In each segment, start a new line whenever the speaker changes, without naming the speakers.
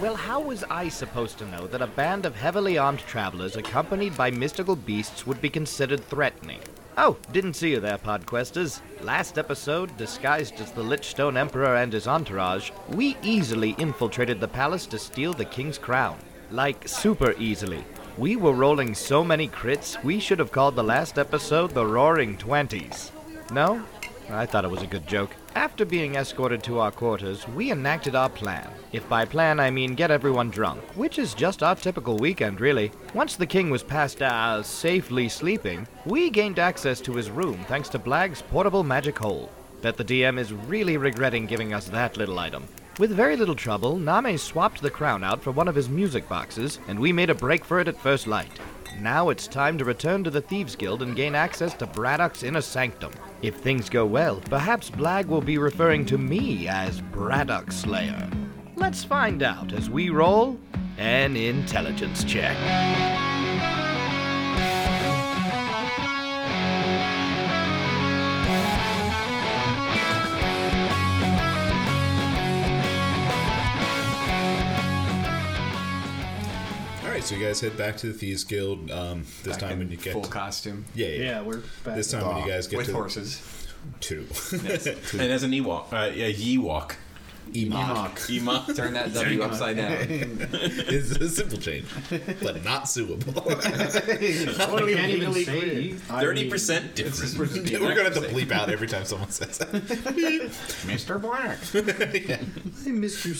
Well, how was I supposed to know that a band of heavily armed travelers accompanied by mystical beasts would be considered threatening? Oh, didn't see you there, Podquesters. Last episode, disguised as the Lichstone Emperor and his entourage, we easily infiltrated the palace to steal the king's crown. Like, super easily. We were rolling so many crits, we should have called the last episode the Roaring Twenties. No? I thought it was a good joke. After being escorted to our quarters, we enacted our plan. If by plan I mean get everyone drunk, which is just our typical weekend, really. Once the king was past uh, safely sleeping, we gained access to his room thanks to Blag's portable magic hole. Bet the DM is really regretting giving us that little item. With very little trouble, Name swapped the crown out for one of his music boxes, and we made a break for it at first light. Now it's time to return to the Thieves Guild and gain access to Braddock's inner sanctum. If things go well, perhaps Blag will be referring to me as Braddock Slayer. Let's find out as we roll an intelligence check.
All right, so you guys head back to the Thieves Guild. Um, this
Back
time
in
when you get
full
to,
costume.
yeah, yeah,
Yeah, we're back.
This time when you guys get
with
to
horses.
two,
And as an Ewok, uh, a Yewok,
Emok
Ema.
Turn that W upside down.
is a simple change, but not suable.
I can't even say you- I
Thirty
mean,
percent
It's
different.
just- we're just being
We're gonna have to
accurate.
bleep out every time someone says that.
Mr. Black.
Mr.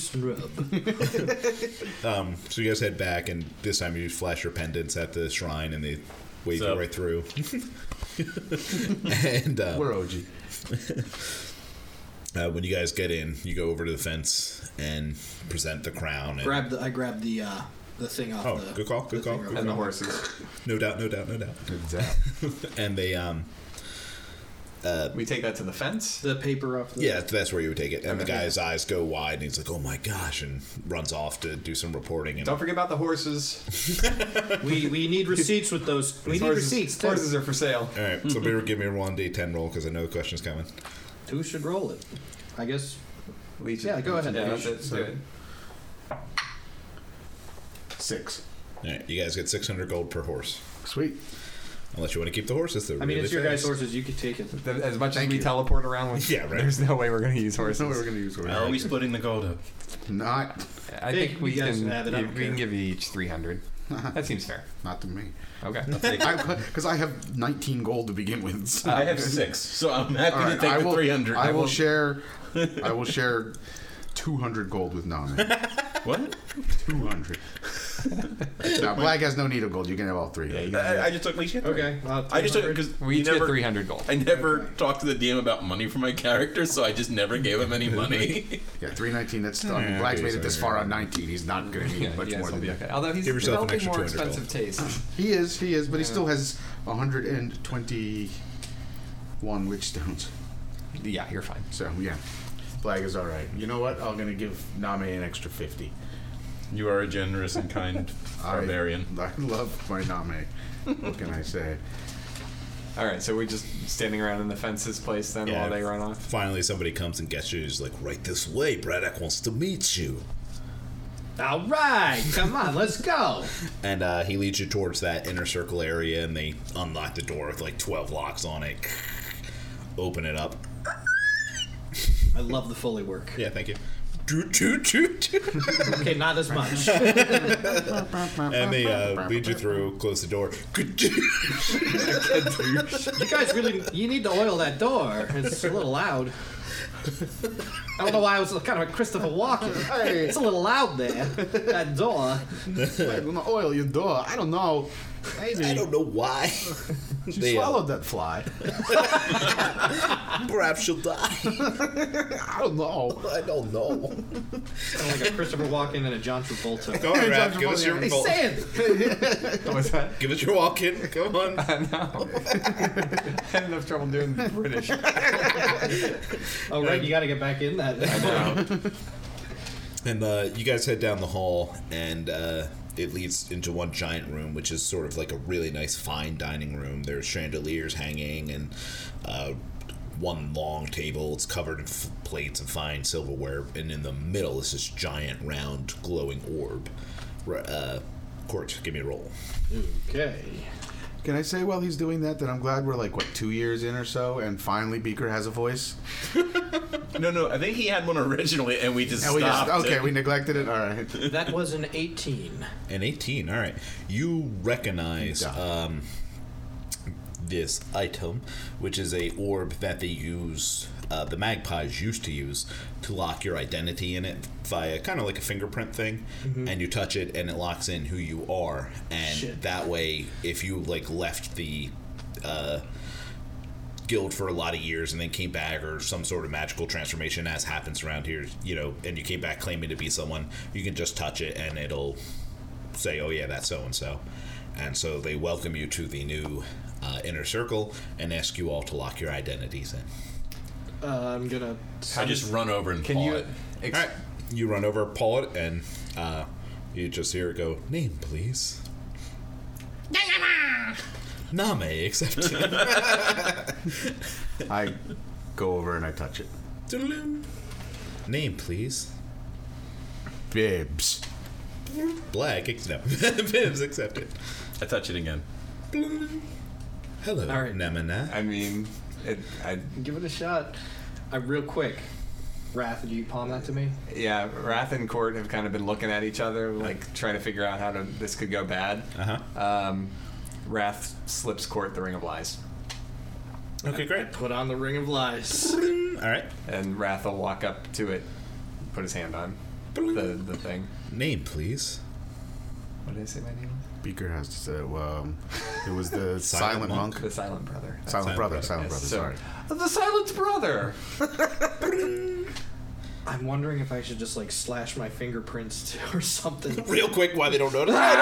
Strub.
So you guys head back, and this time you flash your pendants at the shrine, and they wave you
Sup?
right through. and um,
We're OG.
uh, when you guys get in, you go over to the fence and present the crown. And,
Grab the. I grabbed the uh, the thing off
Oh,
the.
good call, good
the
call,
thing
good
And the
real
horses.
no doubt, no doubt, no doubt. and they, um,
We take that to the fence.
quick. The paper off the.
yeah, that's where you would take it. And the
Okay.
guy's eyes go wide, and he's like, "Oh my gosh!" and runs off to do some reporting. And
Don't forget about the horses.
We we need receipts with those. We need
horses,
receipts. too.
horses are for sale.
all right, so better give me a one d ten roll because I know the question's coming.
Who should roll it? I guess
Legion.
Yeah, go ahead,
Yeah,
Legion.
that's it.
Six.
All right, you guys get six hundred gold per horse,
Sweet.
unless you want to keep the horses. They're
I mean,
really
it's your guys'
fast.
horses. You could take it.
Th- As much as we teleport around with,
Yeah, right.
There's no way we're gonna use
There's
horses.
no way we're going to use
How are
order.
we splitting the gold up?
Not,
I
Hey,
think we
you guys
can.
have it, I
we
don't care.
can give you each 300. that seems fair.
not to me.
Okay.
Because I, have 19 gold to begin with. so-
I have six, so I'm happy
All
to
right,
take
I
the
will,
three hundred.
I will share. I will share 200 gold with Nana.
What?
200. now, Black has no need of gold. You can have all three.
I, I just took my shit.
Okay. well,
I just took because
We each get 300 gold.
I never talked to the DM about money for my character, so I just never gave him any money.
Yeah, 319. That's still. I mean,
Yeah,
Black's
okay,
made it this
so-
far on 19. He's not going to need
Yeah,
much
yes,
more
will
than
be
that.
okay. Although he's
Give yourself an
developing
extra
more
200 gold.
expensive tastes.
He is. He is, but he still has 121 witch stones.
yeah, you're fine.
So yeah, Black is all right. You know what? I'm going to give Name an extra 50.
You are a generous and kind barbarian.
I love my Name. What can I say?
All right, so we're just standing around in the fences place then
Yeah.
while they run off.
Finally, somebody comes and gets you. He's like, "Right this way, Braddock wants to meet you."
All right, come on, let's go.
And uh, he leads you towards that inner circle area, and they unlock the door with like 12 locks on it. Open it up.
I love the Foley work.
Yeah, thank you. Doo, doo, doo, doo.
Okay, not as much.
And they
Uh-huh.
uh, lead you through, close the door.
You guys really you need to oil that door. It's a little loud. I don't know why I was kind of a Christopher Walken.
Hey.
It's a little loud there. That door.
Black, I'm gonna oil your door. I don't know. Maybe
I don't know why.
she
they, uh,
swallowed that fly.
Perhaps she'll die.
I don't know.
I don't know.
Kind of like a Christopher Walken and a John Travolta.
Go on, Raph, give us your
Hey,
roll.
say it.
What was that?
Give us your walk in. Come on.
I had enough trouble doing the British.
Oh right, you got to get back in that.
And uh, you guys head down the hall, and uh, it leads into one giant room, which is sort of like a really nice fine dining room. There's chandeliers hanging and uh, one long table. It's covered in f- plates and fine silverware, and in the middle is this giant, round, glowing orb. R- uh, Court, give me a roll.
Okay.
Can I say while he's doing that that I'm glad we're like what two years in or so, and finally Beaker has a voice.
No, no, I think he had one originally, and we just
And we
stopped.
just okay,
it.
we neglected it. All right.
That was an 18.
An 18, all right. You recognize
Yeah.
um, this item, which is a orb that they use, uh, the magpies used to use, to lock your identity in it via kind of like a fingerprint thing. And you touch it, and it locks in who you are. And
Shit.
that way, if you like left the uh, guild for a lot of years and then came back or some sort of magical transformation as happens around here you know and you came back claiming to be someone you can just touch it and it'll say oh yeah that's so and so and so they welcome you to the new uh, inner circle and ask you all to lock your identities in
Uh, I'm gonna.
I just run over and
Can
paw
you?
it.
Ex-
all right you run over pull it and uh, you just hear it go name please Name accepted.
I go over and I touch it.
Toodaloo. Name, please.
Bibs.
Black, ex- no. Bibs accepted.
I touch it again.
Hello,
All right.
Nemina.
I mean, it, I
Give it a shot. I real quick. Wrath, do you palm that to me?
yeah. Wrath and Court have kind of been looking at each other, like trying to figure out how to this could go bad.
Uh-huh.
Um, Wrath slips Court the Ring of Lies,
Okay, great.
Put on the ring of lies.
All right.
and Wrath will walk up to it, put his hand on the the thing.
Name, please.
What did I say my name was?
Beaker has to say. Well, um, it was the
Silent
silent, monk.
The Silent Brother.
Silent, brother.
Brother,
Silent brother.
So-
Sorry.
the Silent Brother.
I'm wondering if I should just like slash my fingerprints t- or something.
Real quick, why they don't notice? Hey,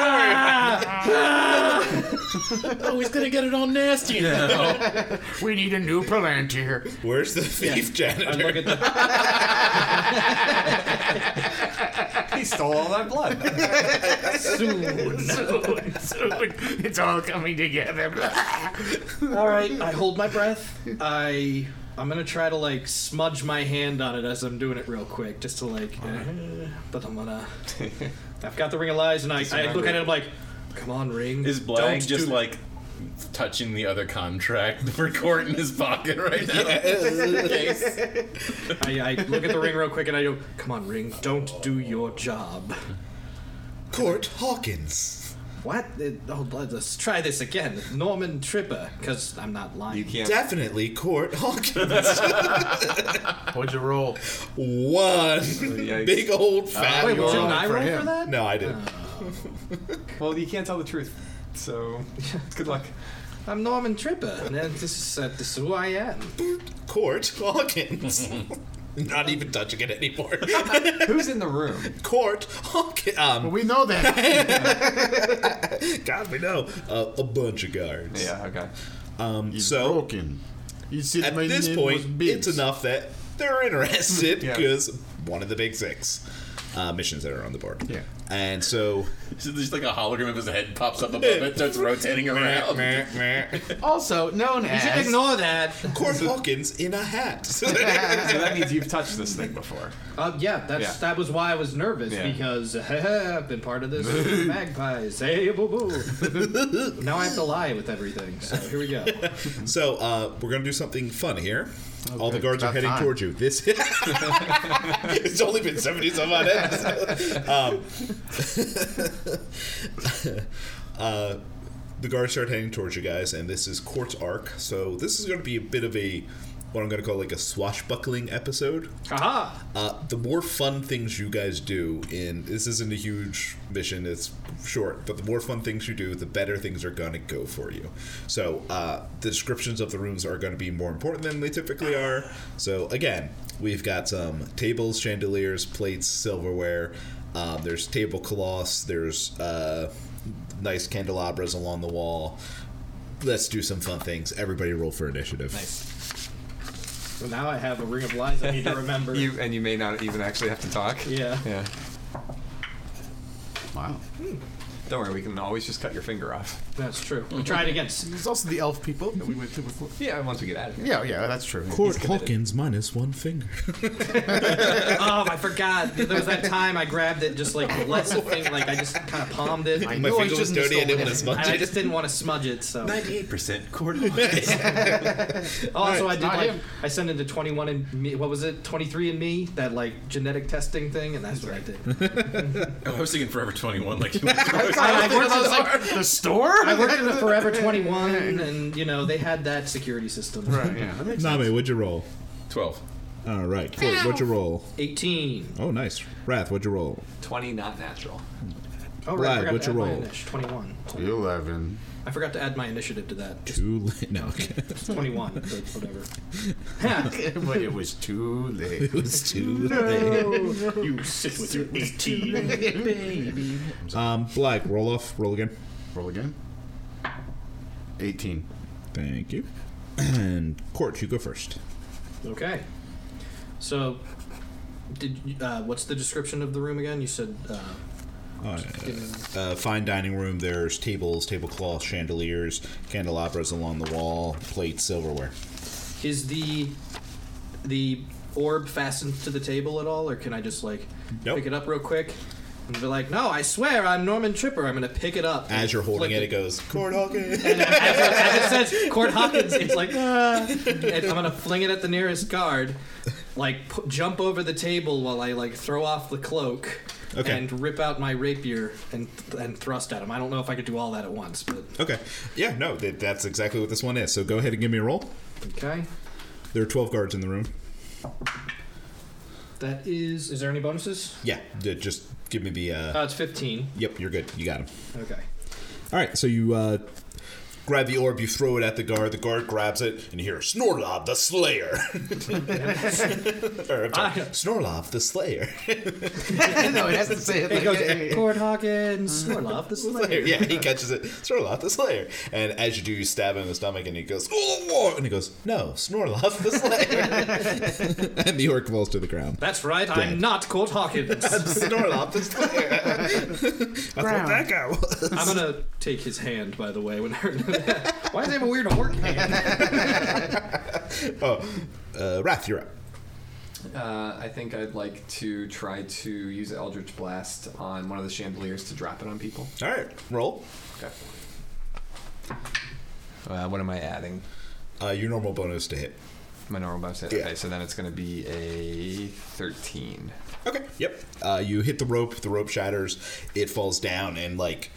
don't worry.
Oh, he's gonna get it all nasty now.
We need a new palantir.
Where's the thief
I
janitor?
look at the,
he stole all that blood.
it's all coming together.
all right, I hold my breath. I I'm gonna try to like smudge my hand on it as I'm doing it real quick, just to like. eh, but I'm gonna. I've got the ring of lies, and I, I look
remember-
at it. I'm like, come on, ring.
Is Blag
Don't
just
do-
like touching the other contract for court in his pocket right now?
I, I look at the ring real quick, and I go, come on, ring. Don't do your job.
Court Hawkins.
What? It- oh, let- let's try this again. Norman Tripper, because I'm not lying.
You can't.
Definitely Court Hawkins.
What'd you roll?
One big old fat.
Wait,
You're
didn't
wrong
I
for
roll for
him.
that?
no, I didn't.
Well, you can't tell the truth. So, good luck.
I'm Norman Tripper, and this is, uh, this is who I am.
Court Hawkins. Not even touching it anymore.
Who's in the room?
Court Hawkins. Um,
We know that.
God, we know uh, a bunch of guards.
Yeah. Okay.
Um, so
broken. You said
at this point, it's enough that they're interested because one of the big six uh, missions that are on the board.
Yeah.
And so,
So there's like a hologram of his head pops up above it, starts rotating around.
Also known
You should
as.
ignore that.
Court Hawkins in a hat.
So that means you've touched this thing before.
Uh, yeah, that's
Yeah.
that was why I was nervous
Yeah.
because I've been part of this with magpies. Hey, boo boo. now I have to lie with everything. So here we go.
so uh, we're gonna do something fun here. All the
good.
guards are
Mm-hmm.
heading
About time.
towards you. This it's only been seventy some odd episodes. Um, uh, the guards start heading towards you guys, and this is Court's arc. So this is gonna be a bit of a what I'm gonna call like a swashbuckling episode.
Aha!
Uh, the more fun things you guys do in this isn't a huge mission it's short but the more fun things you do the better things are going to go for you so uh, the descriptions of the rooms are going to be more important than they typically are so again we've got some tables chandeliers plates silverware um, there's tablecloths there's uh, nice candelabras along the wall let's do some fun things everybody roll for initiative
Well, now I have a ring of lies I need to remember.
You and you may not even actually have to talk.
Yeah.
Yeah.
Wow.
Don't worry, we can always just cut your finger off.
That's true. Try it again. S-
There's also the elf people that we went to before.
Yeah, once we get out of here.
Yeah, yeah, that's true.
Court Hawkins minus one finger.
Oh, I forgot. There was that time I grabbed it just like less thing, like I just kind of palmed it, and
My
knew I
finger was
shouldn't have
dirty. I didn't want to
stolen
smudge
I
it.
just didn't want to smudge it. So
Ninety-eight percent court Hawkins.
also Oh, I did
not
like
him.
I sent it to 21 and me. What was it? 23 and me. That like genetic testing thing, and that's what I did.
I was thinking Forever 21. Like,
I, I worked at the-
the store?
I worked in the Forever 21, and you know they had that security system.
Right, yeah. that makes sense.
Name, what'd you roll?
12.
All right, Court, what'd you roll?
18.
Oh, nice. Wrath, what'd you roll?
20 not natural.
Oh,
Brad,
right, I forgot
what's
to add
your
my
roll?
initi- 21.
11.
I forgot to add my initiative to that. Just
Too late. No, okay.
21, but whatever. Ha!
but it was too late.
it was too late.
You sit with your 18.
Um, Black, roll off. Roll again.
Roll again. 18.
Thank you. And Court, you go first.
okay. So, did you- uh, what's the description of the room again? You said. Uh,
Uh,
didn't-
uh, fine dining room. There's tables, tablecloth, chandeliers, candelabras along the wall, plates, silverware.
is the the orb fastened to the table at all, or can I just like
Nope.
pick it up real quick? And be like, no, I swear I'm Norman Tripper. I'm gonna pick it up.
As you're holding
Flick
it, it goes, Court Hawkins.
as, it- as it says Court Hopkins, it's like, "Ah." And I'm gonna fling it at the nearest guard, like p- jump over the table while I like throw off the cloak.
Okay.
And rip out my rapier and and thrust at him. I don't know if I could do all that at once, but
okay. Yeah, no, that, that's exactly what this one is. So go ahead and give me a roll.
okay.
There are 12 guards in the room.
That is. Is there any bonuses?
Yeah, d- just give me the. Uh,
Uh, it's fifteen.
yep, you're good. You got him.
Okay.
All right, so you uh,
Grab the orb, you throw it at the guard. The guard grabs it, and you hear Snorlob the Slayer. or, I'm sorry,
I-
Snorlob the Slayer.
no, it has to say it like
Court Hawkins, Snorloff the Slayer.
yeah, he catches it. Snorlob the Slayer. And as you do, you stab him in the stomach, and he goes, "Oh!" and he goes, "No, Snorlob the Slayer."
and the orc falls to the ground.
That's right. I'm not Court Hawkins.
Snorlob the Slayer.
Ground.
I'm gonna take his hand, by the way. When I heard that. why does he have a weird orc hand?
Oh,
Uh, Wrath, you're up.
Uh, I think I'd like to try to use Eldritch Blast on one of the chandeliers to drop it on people.
All right, roll.
Okay. Uh, what am I adding?
Uh, your normal bonus to hit.
My normal bonus hit.
Yeah.
Okay, so then it's going to be a 13.
Okay.
Yep.
Uh, you hit the rope. The rope shatters. It falls down and like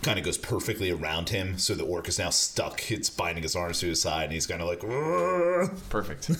Kind of goes perfectly around him, so the orc is now stuck. It's binding his arms to his side, and he's kind of like, "Rrrr."
Perfect.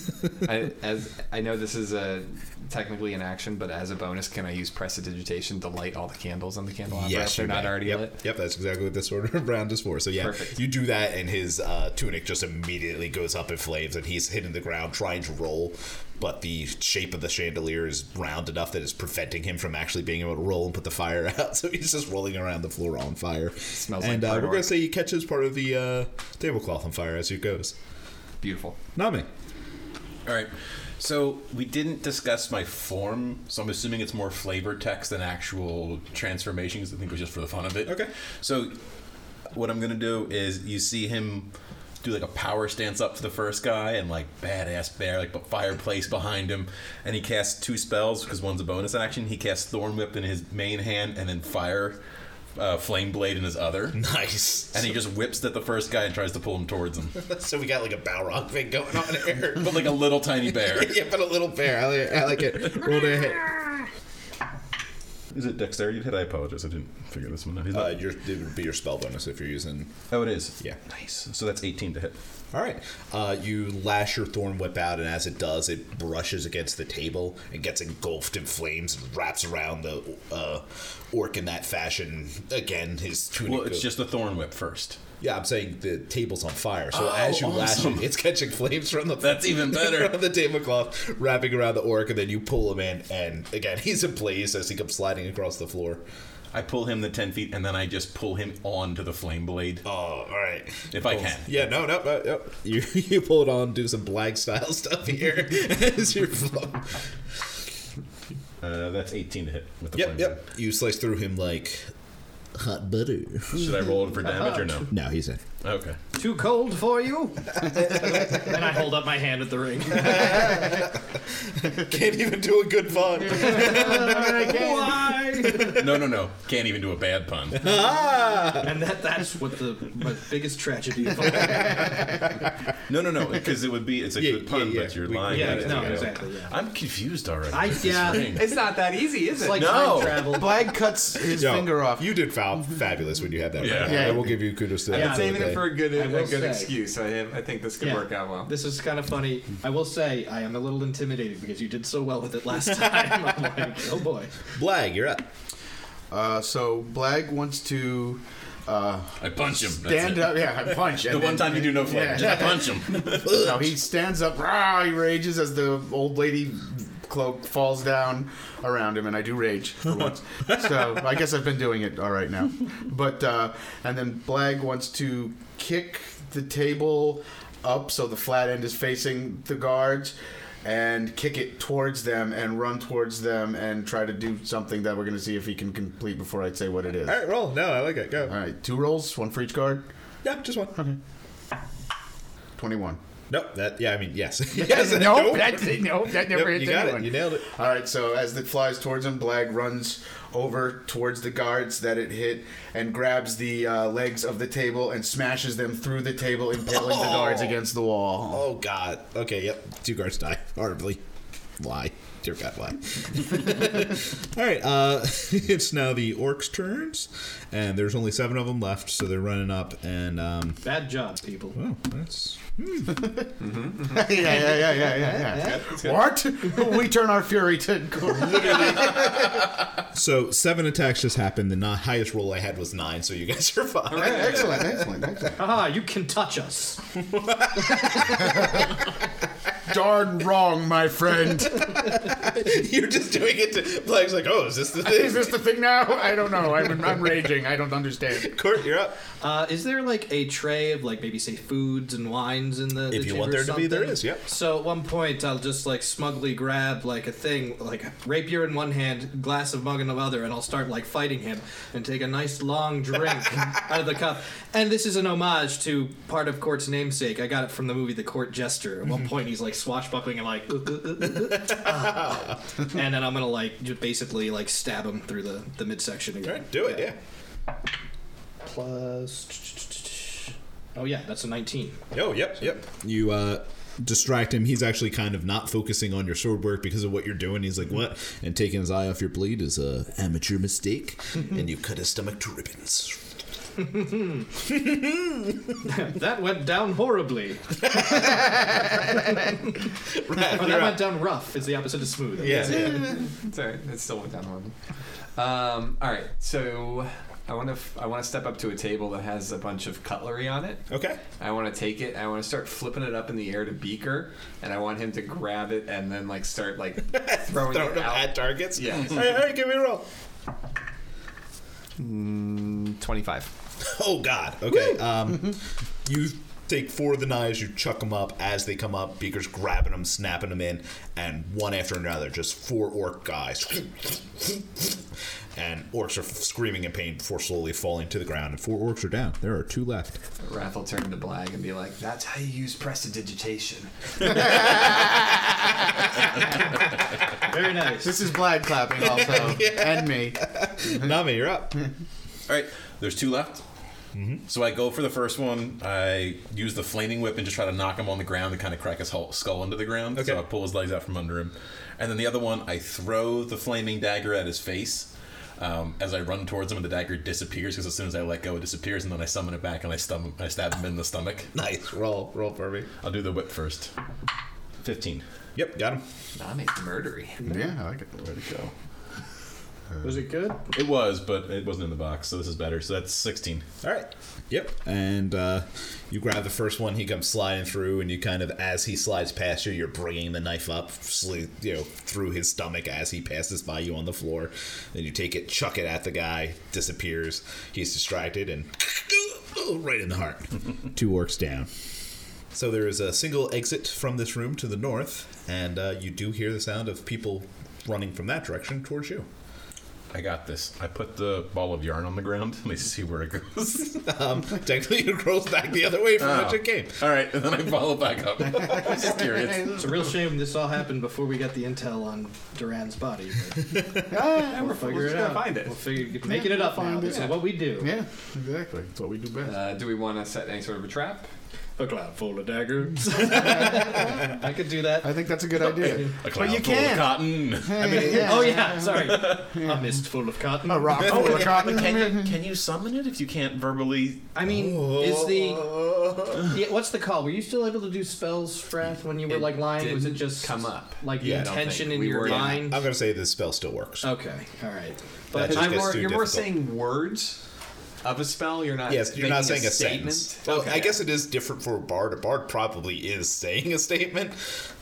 I, as I know this is a technically an action, but as a bonus, can I use prestidigitation to light all the candles on the candelabra if they're
you
not
may.
already
yep.
lit?
Yep, that's exactly what this order of round is for. So yeah,
Perfect.
you do that, and his uh, tunic just immediately goes up in flames, and he's hitting the ground trying to roll, but the shape of the chandelier is round enough that it's preventing him from actually being able to roll and put the fire out. So he's just rolling around the floor on fire.
Smells like
and uh,
burnt
we're gonna
oil.
say he catches part of the uh, tablecloth on fire as he goes.
Beautiful.
Nami.
All right. So we didn't discuss my form, so I'm assuming it's more flavor text than actual transformation because I think it was just for the fun of it.
Okay.
So what I'm gonna do is you see him do like a power stance up to the first guy and like badass bear like but fireplace behind him and he casts two spells because one's a bonus action he casts thorn whip in his main hand and then fire uh, flame blade in his other
Nice.
and he just whips at the first guy and tries to pull him towards him
so we got like a Balrog thing going on here.
but like a little tiny bear
yeah, but a little bear. I like, I like it.
Roll to hit.
Is it dexterity hit? I apologize. I didn't figure this one out. He's
Uh,
not-
your, it would be your spell bonus if you're using
oh, it is.
yeah.
Nice. So that's 18 to hit.
All right. Uh, you lash your thorn whip out, and as it does, it brushes against the table and gets engulfed in flames and wraps around the uh, orc in that fashion. Again, his tunic.
Well, it's
goes-
just the thorn whip first.
yeah. I'm saying the table's on fire, so as you lash
Oh, awesome.
it, it's catching flames from the
That's even better.
from the tablecloth, wrapping around the orc, and then you pull him in, and again, he's in place as he comes sliding across the floor.
I pull him the 10 feet and then I just pull him onto the flame blade.
Oh, all right.
If I can.
Oh, Yeah, no, no, no, no. You you pull it on, do some black style stuff here as you're flo-
Uh, that's 18 to hit with the
Yep,
flame
yep. You slice through him like hot butter.
Should I roll it for damage or no?
No, he's in.
Okay.
Too cold for you? and I hold up my hand at the ring.
Can't even do a good pun.
Why?
No, no, no. Can't even do a bad pun.
and that, that's what the my biggest tragedy of all. Yeah,
No, no, no. Because it would be it's a
Yeah,
good pun,
yeah, yeah.
but you're
We-
lying. at it,
no,
you know.
exactly. Yeah.
I'm confused already.
I,
with this
yeah,
ring.
it's
It's not that easy, is it?
like
No.
time travel.
Blag cuts his
Yo,
finger off.
You did foul fabulous when you had that.
Yeah.
right.
Yeah.
I will give you kudos to that.
Yeah,
to
saving
that day.
a good,
I will say.
I, have, I think this could
Yeah.
well.
This is kind of funny. I will say I am a little intimidated because you did so well with it last time. I'm like, oh boy.
Blag, you're up.
Uh, so Blag wants to uh,
I punch him. That's
stand
it.
up. Yeah, I punch.
The one time you do no flavor,
Yeah.
just punch him.
No, he stands up. Rah, he rages as the old lady cloak falls down around him, and I do rage for once. so I guess I've been doing it all right now. But uh, and then Blag wants to kick the table up so the flat end is facing the guards. And kick it towards them and run towards them and try to do something that we're going to see if he can complete before I say what it is.
All right, roll. No, I like it. Go.
All right, two rolls, one for each guard,
Yeah, just one.
21.
Nope. That. Yeah, I mean, yes. yes.
nope, that, nope, that never
Nope,
hits
you got
anyone.
it. You nailed it.
All right, so as it flies towards him, Blag runs over towards the guards that it hit and grabs the uh, legs of the table and smashes them through the table, impaling the guards against the wall.
Oh God. Okay. Yep. Two guards die horribly. Why? Dear God, why? All right. Uh, it's now the orcs' turns, and there's only seven of them left, so they're running up. And um,
Bad job, people.
oh, that's
yeah, yeah, yeah, yeah, yeah, yeah. What? we turn our fury to
so seven attacks just happened. The ni- highest roll I had was nine, so you guys are fine.
excellent, excellent, excellent.
Haha, you can touch us.
Darn wrong, my friend.
You're just doing it to Black's like, oh, is this the thing?
Is this the thing now? I don't know. I'm, I'm raging. I don't understand.
Court, you're up.
Uh, is there like a tray of like maybe say foods and wines in the?
If
the
you
chamber
want
or
there to be, there
something?
is, yep.
So at one point, I'll just like smugly grab like a thing, like a rapier in one hand, glass of mug in the other, and I'll start like fighting him and take a nice long drink out of the cup. And this is an homage to part of Court's namesake. I got it from the movie The Court Jester. At
Mm-hmm.
one point, he's like swashbuckling and like, "Uh, uh, uh, uh, ah." and then I'm gonna like just basically like stab him through the the midsection again.
All right, do it. Yeah.
Plus. Oh yeah, that's a 19.
Oh, yep, yep. You uh, distract him. He's actually kind of not focusing on your sword work because of what you're doing. He's like, "What?" And taking his eye off your bleed is a amateur mistake, and you cut his stomach to ribbons.
That went down horribly. or Oh, that went down rough. Is the opposite of smooth.
It's all right. It still went down horribly. Um, all right, so I want to f- I want to step up to a table that has a bunch of cutlery on it.
Okay.
I want to take it. I want to start flipping it up in the air to Beaker, and I want him to grab it and then like start like throwing
Throwing
it
them at
out.
targets.
Yeah.
all, right, all right, give me a roll.
Twenty-five.
Oh God. Okay. Um, you take four of the knives. You chuck them up as they come up. Beaker's grabbing them, snapping them in, and one after another, just four orc guys. And orcs are screaming in pain before slowly falling to the ground. And four orcs are down. There are two left.
Raph will turn to Blag and be like, "That's how you use prestidigitation."
Very nice.
This is Blag clapping also, and me.
Nami, you're up.
All right, there's two left. Mm-hmm. So I go for the first one. I use the flaming whip and just try to knock him on the ground and kind of crack his whole skull into the ground. So I pull his legs out from under him. And then the other one, I throw the flaming dagger at his face. Um, as I run towards him, and the dagger disappears because as soon as I let go, it disappears, and then I summon it back and I, stum- I stab him in the stomach.
Nice. Roll, roll for me.
I'll do the whip first. 15.
Yep, got him.
I'm a murdery.
Yeah, I like it.
Go.
Was it good?
It was, but it wasn't in the box, so this is better. So that's 16.
All right. Yep. And uh, you grab the first one. He comes sliding through, and you kind of, as he slides past you, you're bringing the knife up, sli you know, through his stomach as he passes by you on the floor. Then you take it, chuck it at the guy, disappears. He's distracted, and right in the heart. Two orcs down. So there is a single exit from this room to the north, and uh, you do hear the sound of people running from that direction towards you.
I got this. I put the ball of yarn on the ground. Let me see where it goes.
Um, technically, it rolls back the other way from
Oh.
which it came.
All right, and then I follow back up. I was just curious.
It's a real shame this all happened before we got the intel on Duran's body. But we'll figure
we're
it
just gonna
out.
find it.
We'll figure making it
we'll
up now.
find
This
it.
is what we do.
Yeah, exactly. That's what we do best.
Uh, do we want to set any sort of a trap?
A cloud full of daggers. I could do that.
I think that's a good idea.
A cloud
you
full
can.
of cotton.
I mean, yeah.
Oh yeah, sorry. A mist full of cotton.
Oh, A rock full of cotton.
Can you, can you summon it if you can't verbally?
I mean, is the
Oh.
yeah, what's the call? Were you still able to do spells, Frath, when you were
It
like lying? Was it
didn't
just
come up.
Like
Yeah, I
the
don't
intention
think
in
we
your
were-
mind?
I'm gonna say this spell still works.
Okay, all right.
That
But
just
I'm
gets
more,
too
you're more
difficult.
saying words of a spell. You're not.
Yes, you're not
making
saying a,
statement.
sentence. Well, I guess it is different for a bard. A bard probably is saying a statement.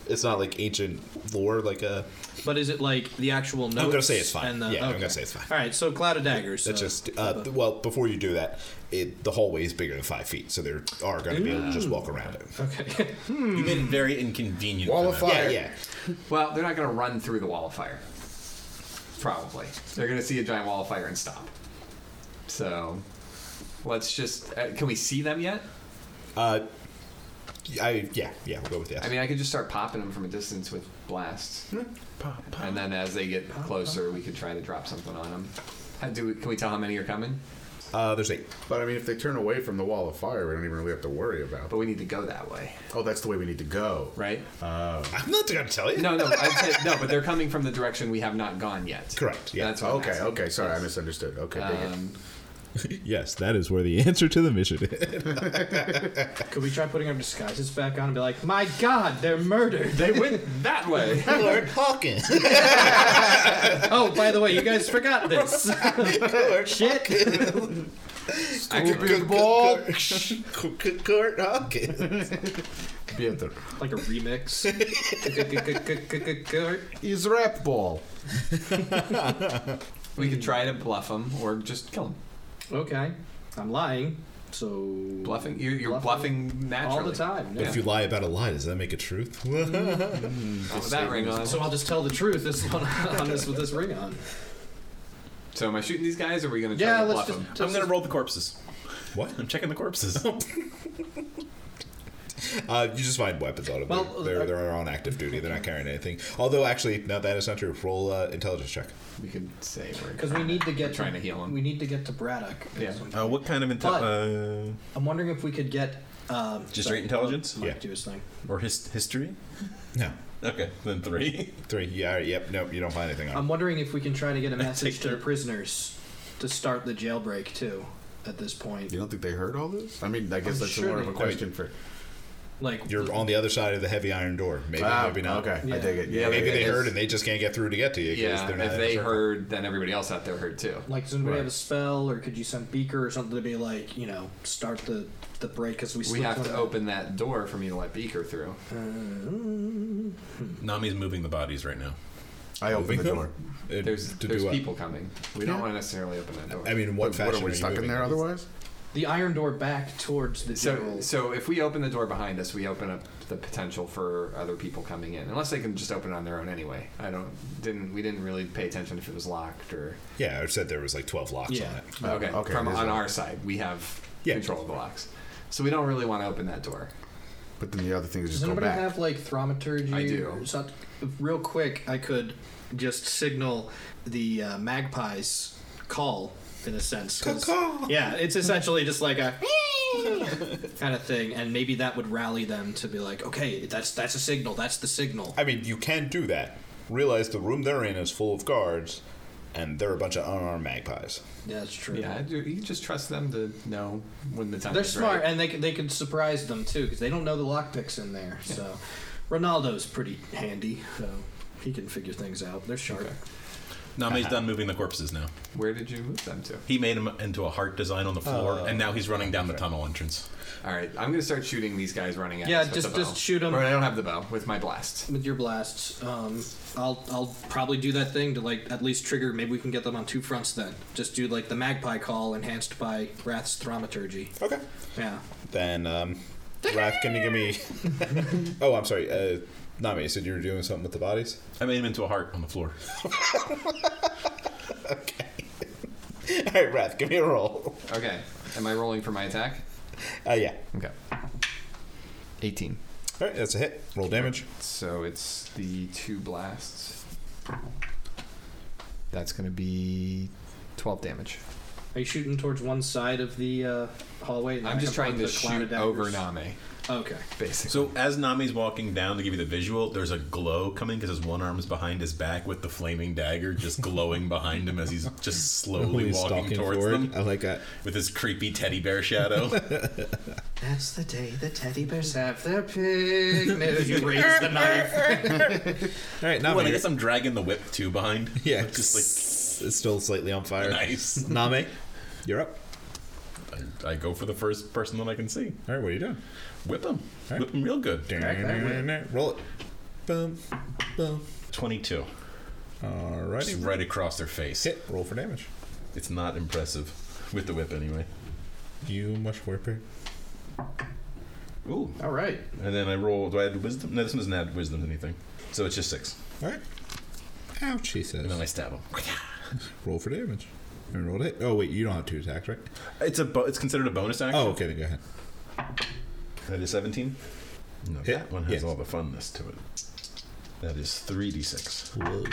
It's not like ancient lore, like uh, a.
but is it like the actual notes?
I'm gonna say it's fine.
And the,
yeah, I'm
okay.
gonna say it's fine.
All right, so cloud of daggers.
That's
so-
just uh, th- well. Before you do that, it, the hallway is bigger than five feet, so they are going to be able to just walk around it.
okay.
You made it very inconvenient.
Wall
for
of
them.
fire.
Yeah,
Well, they're not going to run through the wall of fire. Probably. They're going to see a giant wall of fire and stop. So, let's just. Uh, can we see them yet?
yeah. Uh, I yeah yeah. We'll go with yes.
I mean, I could just start popping them from a distance with blasts.
Hmm.
And then as they get closer, we could try to drop something on them. How do we, can we tell how many are coming?
uh, there's eight.
But I mean, if they turn away from the wall of fire, we don't even really have to worry about.
But we need to go that way,
Oh, that's the way we need to go.
right?
I'm not going to tell you.
No, no, I said no, but they're coming from the direction we have not gone yet.
Correct, yeah.
That's what I'm
Okay,
asking.
okay, sorry, I misunderstood. Okay, dig it.
Um,
Yes, that is where the answer to the mission is.
Could we try putting our disguises back on and be like, "My God, they're murdered."
they went that way.
Lord Hawkins.
oh, by the way, you guys forgot this.
Lord
Shit.
Actually,
ball. Court Hawkins.
Peter.
like a remix.
Is rap ball.
we could try to bluff them or just kill them.
okay, I'm lying. So
Bluffing, you're, you're
Bluffing.
bluffing, naturally.
all the time.
But
Yeah.
if you lie about a lie, does that make it truth?
Oh, with that ring on.
so
So,
I'll just tell the truth. This one on this with this ring on.
am I shooting these guys? or Are we gonna try
Yeah,
to
let's
bluff
just.
them?
I'm gonna roll the corpses.
what?
I'm checking the corpses.
Uh, you just find weapons on them.
Well,
they're,
uh,
they're on active duty. They're not carrying anything. Although, actually, no, that is not true. Roll uh, intelligence check.
We could say we're
Because we need to get
trying to heal 'em.
We need to get to Braddock.
Yeah.
Uh, what kind of uh,
But-
intelligence?
I'm wondering if we could get. Um,
Just straight intelligence?
Mike,
Yeah.
Do his thing.
Uh, or his- history?
No.
Okay, then three.
Three. Yeah. all right, Yep. Nope. You don't find anything on.
I'm wondering if we can try to get a message
Take
to the
care.
prisoners to start the jailbreak too. At this point,
You don't think they heard all this? I mean, I guess
I'm
that's
sure
more of
they-
a question for.
like
You're on the other side of the heavy iron door. Maybe.
Ah,
maybe not.
Okay,
Yeah.
I dig it.
Yeah,
Yeah,
Maybe
yeah,
they
yeah.
heard and they just can't get through to get to you. 'cause
Yeah,
They're not
if
in
they
the circle.
heard, then everybody else out there heard too.
Like, does anybody
Right.
have a spell, or could you send Beaker or something to be like, you know, start the the break because we
We
slipped
have
one
to
out?
open that door for me to let Beaker through.
Nami's moving the bodies right now.
I opened the door.
It-
There's
Uh, to do
there's
what?
people coming. We don't
Yeah.
want to necessarily open that door.
I mean, in what
What,
fashion
what are we
you
stuck in
moving?
there otherwise?
the iron door back towards the
so
general.
so if we open the door behind us, we open up the potential for other people coming in. Unless they can just open it on their own anyway. I don't didn't we didn't really pay attention if it was locked or
Yeah, I said there was like twelve locks on
yeah,
it.
okay.
okay,
From
it is
on
locked.
our side, we have
Yeah.
control of the locks. So we don't really want to open that door.
But then the other thing is
does
just go
anybody
back.
have like thaumaturgy?
I do.
or something? Real quick, I could just signal the uh, magpies call in a sense. 'cause- Yeah, it's essentially just like a kind of thing, and maybe that would rally them to be like, okay, that's that's a signal. That's the signal.
I mean, you can do that. Realize the room they're in is full of guards, and they're a bunch of unarmed magpies.
Yeah, that's true.
Yeah, you you just trust them to know when the time
They're
is
smart,
right.
and they can, they can surprise them too because they don't know the lockpicks in there. So Ronaldo's pretty handy, so he can figure things out. They're sharp.
Nami's done moving the corpses now.
Where did you move them to?
He made him into a heart design on the floor, and now he's running down the tunnel entrance.
All right, I'm gonna start shooting these guys running at
Yeah,
us with
just
the bow.
just shoot them
Or I don't have the bow with my blast.
with your blasts. Um, I'll I'll probably do that thing to like at least trigger. Maybe we can get them on two fronts then. Just do like the magpie call enhanced by Wrath's thaumaturgy.
Okay.
Yeah.
Then, um, Raph, can you give me? oh, I'm sorry. Uh, Nami, you said you were doing something with the bodies.
I made him into a heart on the floor.
Okay. right, Wrath, give me a roll.
Okay. Am I rolling for my attack?
Uh, yeah.
Okay. 18.
All right, that's a hit. Roll damage.
So it's the two blasts. That's going to be 12 damage.
Are you shooting towards one side of the uh, hallway? and
I'm just
back up
trying to
onto the cloud
shoot
of
over
daggers?
Name,
Okay.
basically.
So as Nami's walking down to give you the visual, there's a glow coming because his one arm is behind his back with the flaming dagger just glowing behind him as he's just slowly
He's
walking
stalking Oh.
towards
forward.
them
I like that.
with his creepy teddy bear shadow.
That's the day the teddy bears have their picnic. you raise the knife.
All right,
well, I
Nami.
guess I'm dragging the whip too behind.
yeah,
just
it's still slightly on
like
fire.
nice.
Nami, you're up.
I, I go for the first person that I can see.
All right, what are you doing?
Whip him.
Alright.
Whip him real good.
Roll it. Boom, boom.
22.
All righty.
Just right across their face.
Hit. Roll for damage.
It's not impressive. With the whip, anyway.
You much warper.
Ooh.
All right.
And then I roll. Do I add wisdom? No, this one doesn't add wisdom to anything. So it's just six.
All right. Ouch, he
And then I
says.
stab him.
Roll for damage. And roll it. Oh wait, you don't have two attacks, right?
It's a. Bo- it's considered a bonus action.
Oh, okay. Then go ahead.
That is 17. No,
Hit.
that one has
Yes.
all the funness to it. That is 3d6.
Whoa. All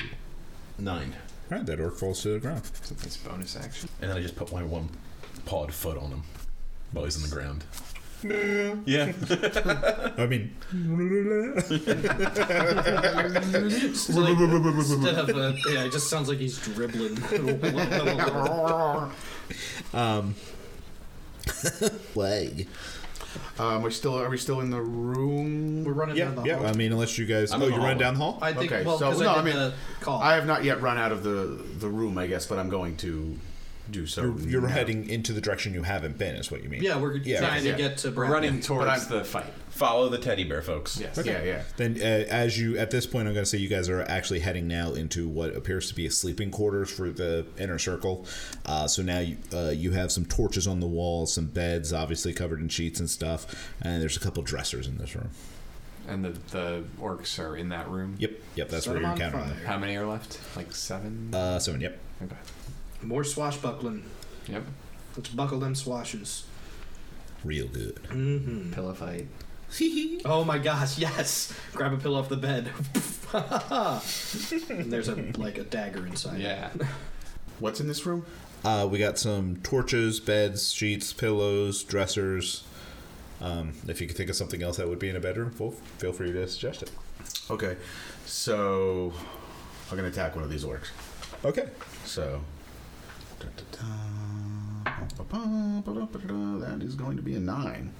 Nine.
right, that orc falls to the ground.
So that's bonus action.
And then I just put my one pawed foot on him while he's on the ground. Yeah.
I mean,
It's like- instead of a, yeah, it just sounds like he's dribbling.
leg.
Um, we still are we still in the room?
We're running
Yeah,
down the
yeah.
hall.
I mean, unless you guys.
I'm
oh,
in
you
the
run
hallway.
down the hall.
I think.
Okay,
well,
so-
because
no,
I,
I
did
mean,
the call.
I have not yet run out of the the room, I guess, but I'm going to do so.
You're, you're
now.
heading into the direction you haven't been. Is what you mean?
yeah, we're
Yeah,
trying
yeah.
to get to.
We're
Brad.
running towards
I'm-
the fight.
Follow the teddy bear, folks.
Yes.
Yeah, yeah.
Then, uh, as you at this point, I'm going to say you guys are actually heading now into what appears to be a sleeping quarters for the inner circle. Uh, so now you, uh, you have some torches on the walls, some beds, obviously covered in sheets and stuff, and there's a couple dressers in this room.
And the, the orcs are in that room.
Yep, yep, that's
Set
where you're
them on
encountering them.
fire.
How many are left? Like seven?
Uh, seven, yep.
okay.
More swashbuckling.
Yep.
Let's buckle them swashes.
Real good.
hmm
Pillow fight.
Oh my gosh! Yes. Grab a pillow off the bed. and there's a like a dagger inside.
Yeah.
What's in this room?
Uh, we got some torches, beds, sheets, pillows, dressers. Um, if you could think of something else that would be in a bedroom, feel, feel free to suggest it.
Okay, so I'm gonna attack one of these orcs.
Okay.
So. da-da-da, ba-ba-ba, ba-da-ba-da-da, That is going to be a nine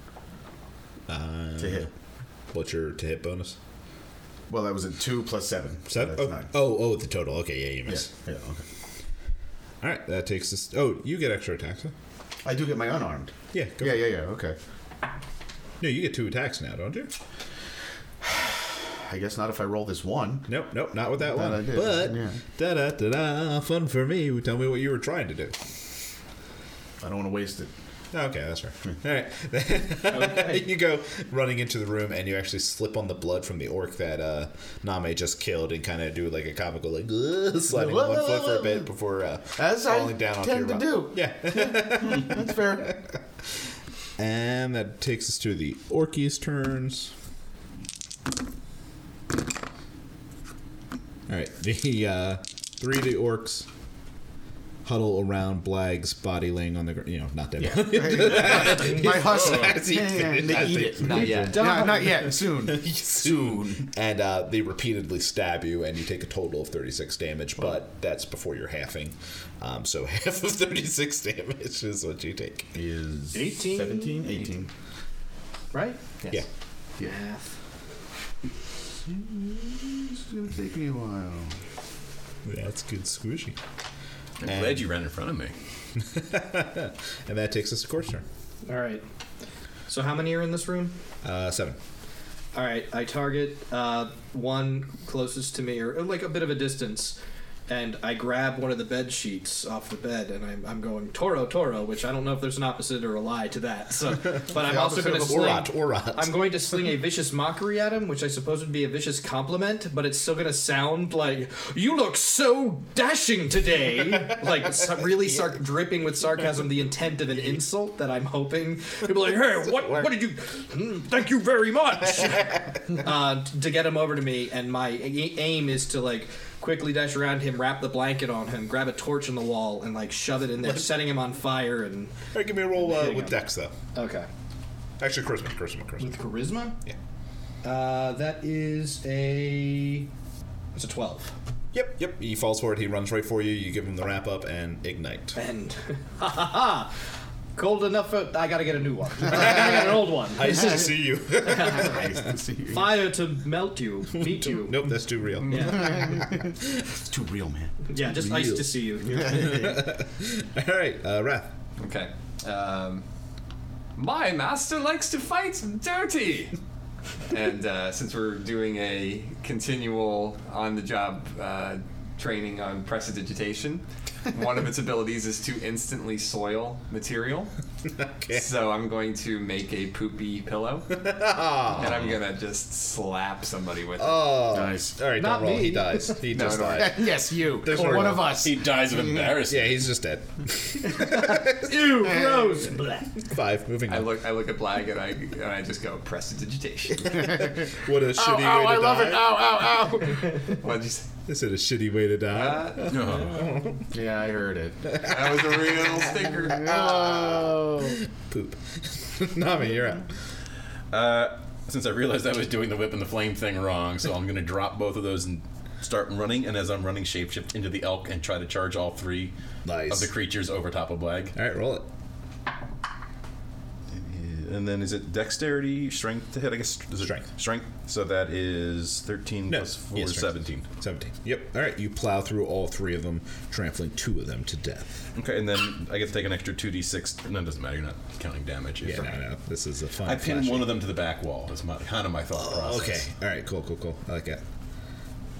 Uh,
to hit.
What's your to hit bonus?
Well, that was a two plus seven. so
Seven?
That's
Oh,
nine.
oh, oh, the total. Okay, yeah, you
Yeah,
missed.
yeah, okay.
All right, that takes us. Oh, you get extra attacks. Huh?
I do get my unarmed.
Yeah, go
Yeah,
for it.
yeah, yeah. Okay.
No, you get two attacks now, don't you?
I guess not if I roll this one.
Nope, nope, not with that
That
one.
I did,
But
yeah.
da da da da, fun for me. Tell me what you were trying to do.
I don't want to waste it.
Okay, that's right. All right, you go running into the room and you actually slip on the blood from the orc that uh, Name just killed and kind of do like a comical like "Ugh," sliding on one foot for a bit before uh,
As I
falling down onto
tend
your
to
rock.
do.
Yeah,
That's fair.
and that takes us to the orcies' turns. All right, the uh, three of the orcs huddle around Blag's body laying on the ground. You know, not dead.
My husband.
As he
Yeah, yeah,
finished,
they
I
eat
think.
it.
Not yet.
Yeah, not yet. Soon. Soon.
and uh, they repeatedly stab you, and you take a total of 36 damage, but that's before you're halving. Um, so half of 36 damage is what you take.
Is
18?
17? 18.
Right.
Yeah.
Yeah.
It's going to take me a while.
That's good squishy.
I'm glad you ran in front of me.
And that takes us to Court's turn.
All right. So how many are in this room?
Uh, seven.
uh, All right, I target uh, one closest to me, or like a bit of a distance, and I grab one of the bed sheets off the bed, and I'm, I'm going Toro Toro, which I don't know if there's an opposite or a lie to that. So, but I'm also
opposite
going to
of a
sling.
Orat, Orat.
I'm going to sling a vicious mockery at him, which I suppose would be a vicious compliment, but it's still going to sound like "You look so dashing today," like sa- really sar- dripping with sarcasm, the intent of an insult that I'm hoping people are like, "Hey, what? What did you? Mm, thank you very much." uh, t- to get him over to me, and my a- aim is to like quickly dash around him, wrap the blanket on him, grab a torch in the wall, and like shove it in there, setting him on fire. And
All right, give me a roll uh,
Hang
with
on.
Dex though.
okay,
Actually, charisma, charisma, charisma.
with charisma,
Yeah.
uh, that is a it's a twelve.
Yep, yep. He falls for it. He runs right for you. You give him the wrap up and ignite.
And ha ha ha. Cold enough for. I gotta get a new one. I gotta get an old one.
I see you.
Nice to see you.
Fire to melt you, beat you.
nope, that's too real.
Yeah,
It's too real, man.
yeah, just nice to see you.
All right, uh, Wrath.
Okay. Um, my master likes to fight dirty. and uh, since we're doing a continual on-the-job uh, training on prestidigitation, one of its abilities is to instantly soil material.
Okay.
So I'm going to make a poopy pillow, and I'm gonna just slap somebody with it.
Oh.
Nice.
All right,
Not
don't roll. He
me.
dies. He just
no.
died.
yes, you.
There's
Or
no
one
roll.
of us.
He dies of embarrassment.
Yeah, he's just dead.
Ew, gross. Blah.
Five. Moving
I
on.
look, I look at Black, and I, and I just go prestidigitation.
What a
Ow,
shitty way
ow,
to
Oh, I
die.
love it. Ow, ow, ow.
What'd you say?
Is it a shitty way to die?
Uh,
Oh.
yeah, I heard it.
that was a real sticker.
Oh.
Poop. Nami, you're up.
Uh, since I realized I was doing the whip and the flame thing wrong, so I'm gonna drop both of those and start running. And as I'm running, shapeshift into the elk and try to charge all three
Nice.
of the creatures over top of Blag.
All right, roll it.
And then is it dexterity, strength to hit? I guess is it
Strength.
Strength. So that is 13
No.
plus 4
Yeah,
is
strength.
17.
17. Yep. All right, you plow through all three of them, trampling two of them to death.
Okay, and then I get to take an extra 2d6. No, it doesn't matter. You're not counting damage.
Yeah, no, no. This is a fun.
I pinned
flashy- Oh,
one of them to the back wall. That's my, kind of my thought process.
Okay. All right. Cool. Cool. Cool. I like that.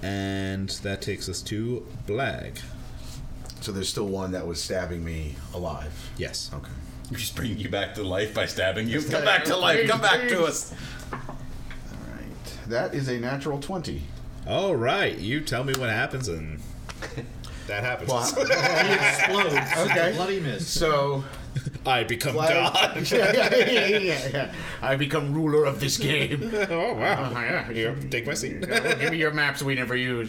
And that takes us to Blag.
So there's still one that was stabbing me alive.
Yes.
Okay.
We just bring you back to life by stabbing you. Come back to life. Come back to us.
All right. That is a natural 20.
All right. You tell me what happens, and that happens.
Well,
He explodes.
Okay.
Bloody miss.
so
I become
Blag-
God.
yeah, yeah, yeah, yeah, yeah.
I become ruler of this game.
oh wow.
Uh-huh,
yeah,
Here, take my seat.
Give me your maps we never use.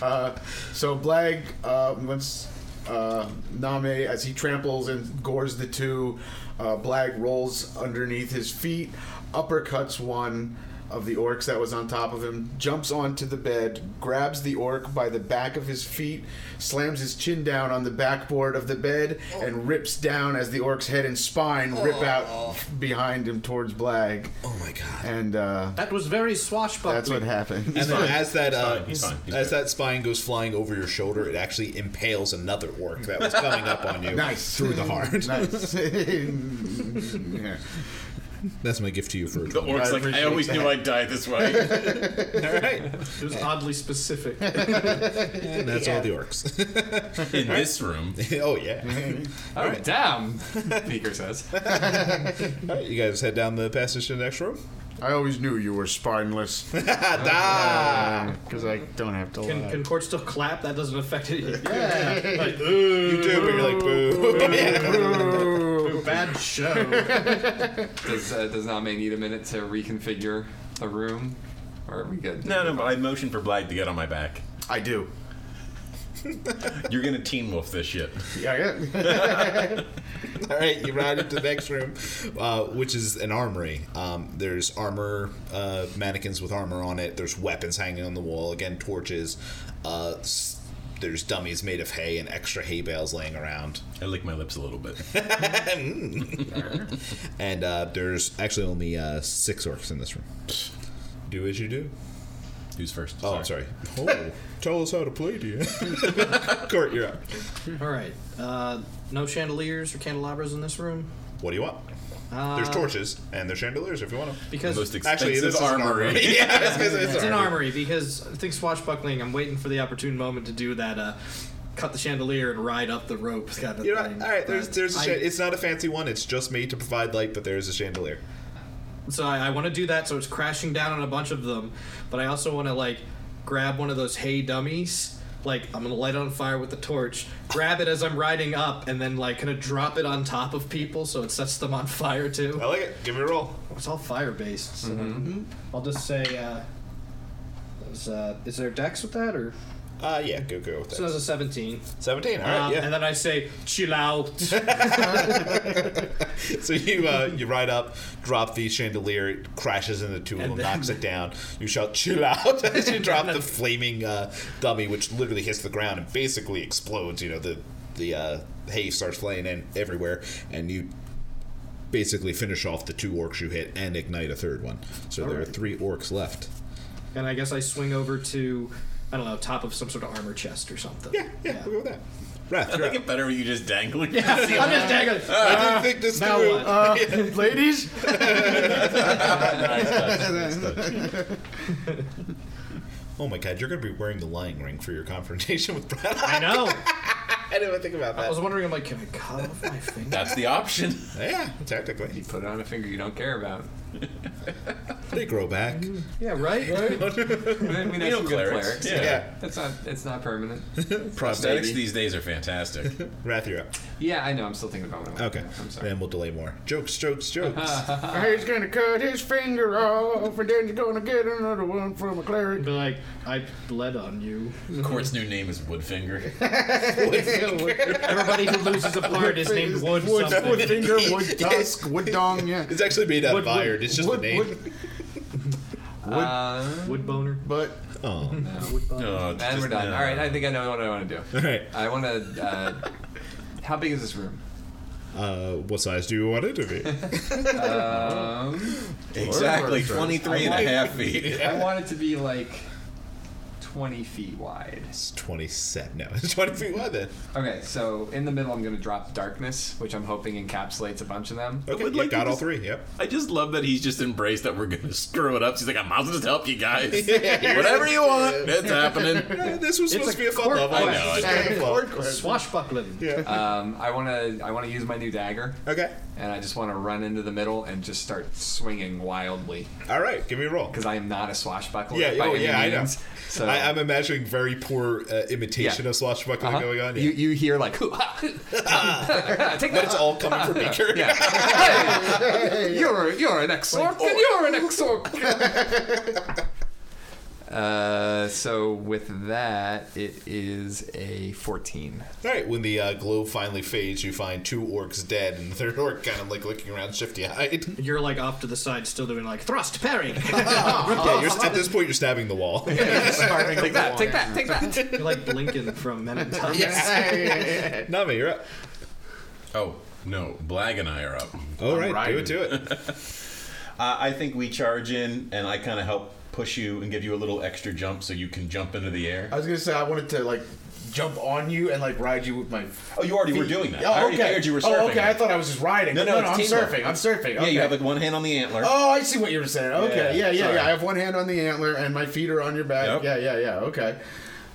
Uh, so Blag uh, once uh, Name as he tramples and gores the two, uh, Blag rolls underneath his feet, uppercuts one of the orcs that was on top of him, jumps onto the bed, grabs the orc by the back of his feet, slams his chin down on the backboard of the bed, and rips down as the orc's head and spine rip out behind him towards Blag.
Oh my God.
And uh,
That was very swashbuckling.
that's what happened.
And then as that uh,
fine, he's fine, he's
as
good.
that spine goes flying over your shoulder, it actually impales another orc that was coming up on you
Nice.
through the heart.
nice. Yeah.
That's my gift to you for a
The
twenty.
orc's
I
like, I
appreciate
always knew I'd die this way.
all right,
It was oddly specific.
and that's all the orcs.
In this room.
oh yeah.
Oh, damn! Beaker says.
all right, you guys head down the passage to the next room.
I always knew you were spineless.
Because I don't have to
Can,
lie.
can court still clap? That doesn't affect it.
You do, but you're like boo.
Bad show.
Does uh, does Name need a minute to reconfigure the room, or are we good?
No, no, but I motioned for Blag to get on my back.
I do.
You're gonna team wolf this shit.
Yeah, yeah.
All right, you ride into the next room, uh, which is an armory. Um, there's armor, uh, mannequins with armor on it. There's weapons hanging on the wall. Again, torches. Uh, s- there's dummies made of hay and extra hay bales laying around.
I lick my lips a little bit.
And uh, there's actually only uh, six orcs in this room. Do as you do.
Who's first?
Oh, I'm sorry. Oh, tell us how to play, do you? Court, you're up.
All right. Uh, no chandeliers or candelabras in this room.
What do you want? there's torches and there's chandeliers if you want them.
because
Most expensive
Actually, this is an
armory.
armory. yeah, it's, it's,
it's an armory because I think swashbuckling. I'm waiting for the opportune moment to do that. Uh, cut the chandelier and ride up the rope kind of
You know,
thing.
all right. There's
But
there's a
I-
cha- it's not a fancy one. It's just made to provide light, but there is a chandelier.
So I, I want to do that. So it's crashing down on a bunch of them, but I also want to like grab one of those hay dummies. Like I'm gonna light it on fire with the torch, grab it as I'm riding up, and then like kind of drop it on top of people so it sets them on fire too.
I like it. Give me a roll.
It's all fire based. So
Mm-hmm.
I'll just say, uh, is, uh, is there dex with that or?
Uh, yeah, go go with
So that's
that.
a 17.
Seventeen. All right,
um,
yeah.
And then I say, chill out.
so you uh, you ride up, drop the chandelier, it crashes into two of
And
them,
then-
knocks it down. You shout "chill out" as you drop the flaming uh, dummy, which literally hits the ground and basically explodes. You know the the uh, hay starts flying in everywhere, and you basically finish off the two orcs you hit and ignite a third one. So there are three orcs left.
and I guess I swing over to, I don't know, top of some sort of armor chest or something.
Yeah, yeah, we'll go with that. Wrath,
I
you're
think
up.
it better when you just dangling.
I'm just dangling.
I didn't think this
Uh, now
through.
what? Uh,
Ladies,
Oh my god, you're gonna be wearing the lying ring for your confrontation with Brad.
I know.
I didn't even think about
I
that.
was wondering, I'm like, can I cut off my finger?
That's the option.
Yeah, technically.
Put on a finger you don't care about.
They grow back.
yeah, right? Right?
I mean, that's
know
some good
clerics.
clerics.
Yeah.
It's not. It's not permanent.
Prosthetics
Maybe.
these days are fantastic.
Wrath, you're up.
Yeah, I know. I'm still thinking about my.
Okay.
I'm sorry.
Then we'll delay more. Jokes, jokes, jokes.
he's gonna cut his finger off, and then he's gonna get another one from a cleric.
Be like, I bled on you.
Court's new name is Woodfinger.
Everybody who loses a part is named Wood.
Wood,
something.
wood finger, wood tusk, wood dong. Yeah.
it's actually made out of
Wood-
iron. It's just
wood,
the name.
wood,
Uh,
Wood boner.
but
Oh.
Wood boner.
Oh,
and
it's just-
we're done.
no.
All right. I think I know what I want to do.
All right.
I want to. Uh, how big is this room?
Uh, what size do you want it to be?
Um,
Exactly, 23 and a half feet.
I want it to be like 20 feet wide.
It's 27. No, it's 20 feet wide then.
Okay, so in the middle, I'm going to drop darkness, which I'm hoping encapsulates a bunch of them.
Okay,
would
you
like to
got all
just-
three. Yep.
I just love that he's just embraced that we're gonna screw it up. He's like, I might as well just help you guys.
Yeah.
Whatever you want, it's happening.
Uh, this was supposed
a
to be a fun
court
level.
quest.
I know, I
It's kind of fun.
Swashbuckling.
Um, I want to. I want to use my new dagger,
Okay.
and I just want to run into the middle and just start swinging wildly
All right. Give me a roll.
because I am not a swashbuckler.
Yeah,
by
oh,
any
yeah, I know.
means. So
I, I'm imagining very poor uh, imitation
Yeah.
of swashbuckling
uh-huh.
going on. Yeah.
You you hear like hoo ha, hoo, ha, take
but it's
that.
all coming from Beaker.
You're you're an ex orc, and you're an ex orc. Uh, so with that, it is a fourteen.
All right, when the uh, glow finally fades, you find two orcs dead and the third orc kind of like looking around shifty eyed.
You're like off to the side, still doing like thrust parry.
yeah, you're, at this point, you're stabbing the wall.
Take that, take that, take that.
You're like Blinken from Men in Tights.
Nami, you're up.
Oh, no, Blag and I are up.
All right, do it, do it.
Uh, I think we charge in, and I kind of help push you and give you a little extra jump so you can jump into the air.
I was gonna say I wanted to like jump on you and like ride you with my.
Oh, you already were doing that. I already figured you were surfing.
Oh, okay. I thought I was just riding.
No,
No,
no,
no,
it's
I'm
teamwork.
surfing. I'm surfing.
Yeah,
okay.
you have like one hand on the antler.
Oh, I see what you were saying. Okay,
Yeah,
yeah, yeah, yeah.
sorry.
I have one hand on the antler and my feet are on your back.
Yep.
Yeah, yeah, yeah. Okay,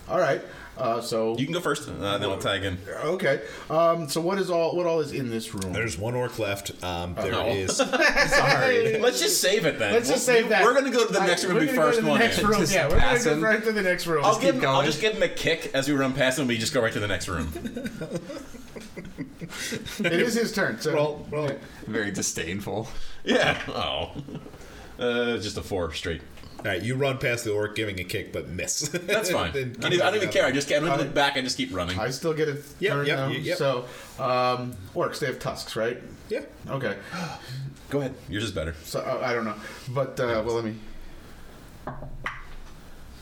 all right. Uh, so
You can go first, uh, then I'll tag in.
okay. Um, so what is all what all is in this room?
There's one orc left. Um, there
Oh.
is.
Sorry.
Let's just save it then.
Let's just
We'll-
save that.
We're gonna go to the next room.
We're
and Be
gonna go to
first
the
one.
Next
in.
room.
Just
Yeah, we're
pass
gonna
him.
go right to the next room.
I'll give.
keep
him- I'll
going.
just give him a kick as we run past him. We just go right to the next room.
It is his turn. So
roll, roll. All
Very disdainful.
yeah. Oh. Uh, just a four straight.
right, you run past the orc, giving a kick, but miss.
That's fine. I
Then
don't even, I don't even care. I just I'm gonna look back and just keep running.
I still get a th-
Yep,
turn
yep,
though.
y- yep.
So um, orcs, they have tusks, right?
Yeah.
Okay.
Go ahead. Yours is better.
So uh, I don't know, but uh, well, let me.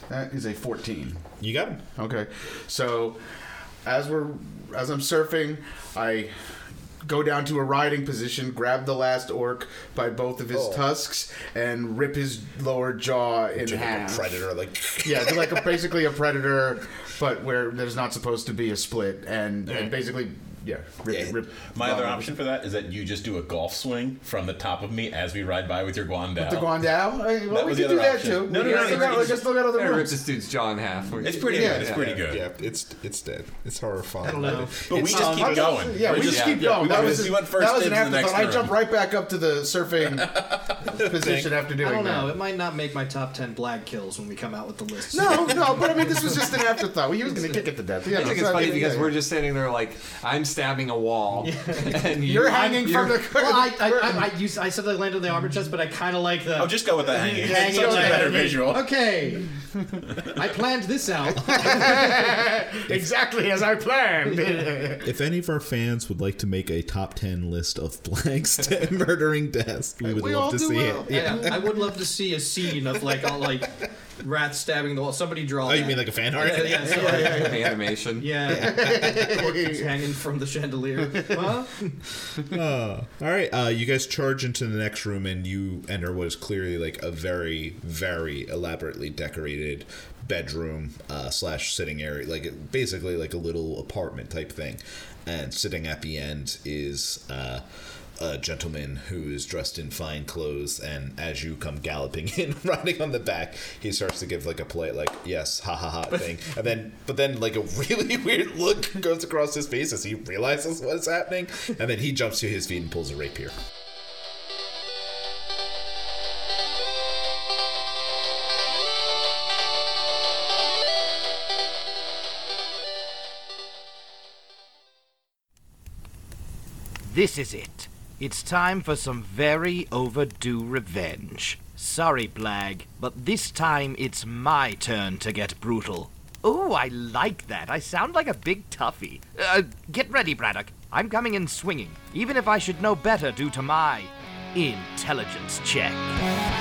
That is a fourteen.
You got him.
Okay, so as we're as I'm surfing, I go down to a riding position, grab the last orc by both of his
Oh.
tusks, and rip his lower jaw in
Like a
half.
predator, like.
Yeah, they're like a, basically a predator, but where there's not supposed to be a split, and, and basically yeah, rip,
Yeah.
rip
My
Guan
other
over.
option for that is that you just do a golf swing from the top of me as we ride by with your Guandao.
The Guandao? Hey, well,
That
we
was the
could
other
do that
option.
too.
No, no,
We
no, it's-
just look at- we
it's-
Just look at other
I ripped
rooms.
this dude's jaw in half.
it's pretty
Yeah,
good. It's
yeah.
pretty good.
Yeah, it's it's dead. It's horrifying.
I don't know.
But we just keep
Um,
going.
Yeah,
We're
we just keep
yeah,
going.
we
That
went-
was
we
an-
went first
that was
in
an
to the next
afterthought. I jumped
room.
right back up to the surfing position after doing
I don't know.
that.
It might not make my top ten black kills when we come out with the list.
No, no, but I mean, this was just an afterthought. He was going to kick it to death. Yeah,
I think it's
so
funny
mean,
because
yeah,
we're just standing there like I'm stabbing a wall, and
You're hanging from the.
Well, I I, I, I, you, I said they landed on the armor chest, but I kind of like the.
Oh, just go with the hanging.
hanging
It's such a
leg.
better visual.
Okay, I planned this out.
exactly as I planned.
If any of our fans would like to make a top 10 list of blanks to murdering deaths, we would
We all
love to
do
see
well.
it. Yeah.
I would love to see a scene of like all like rats stabbing the wall. Somebody draw.
Oh, you mean like a fan art?
yeah, so-
animation.
yeah. Corpses hanging from the chandelier. Huh?
All right, uh, you guys charge into the next room and you enter what is clearly like a very, very elaborately decorated bedroom uh, slash sitting area, like it- basically like a little apartment type thing. And sitting at the end is uh, a gentleman who is dressed in fine clothes. And as you come galloping in, riding on the back, he starts to give like a polite, like "yes, ha ha ha" thing, and then but then like a really weird look goes across his face as he realizes what's happening, and then he jumps to his feet and pulls a rapier.
This is it. It's time for some very overdue revenge. Sorry, Blag, but this time it's my turn to get brutal. Ooh, I like that. I sound like a big toughie. Uh, get ready, Braddock. I'm coming in swinging, even if I should know better due to my intelligence check.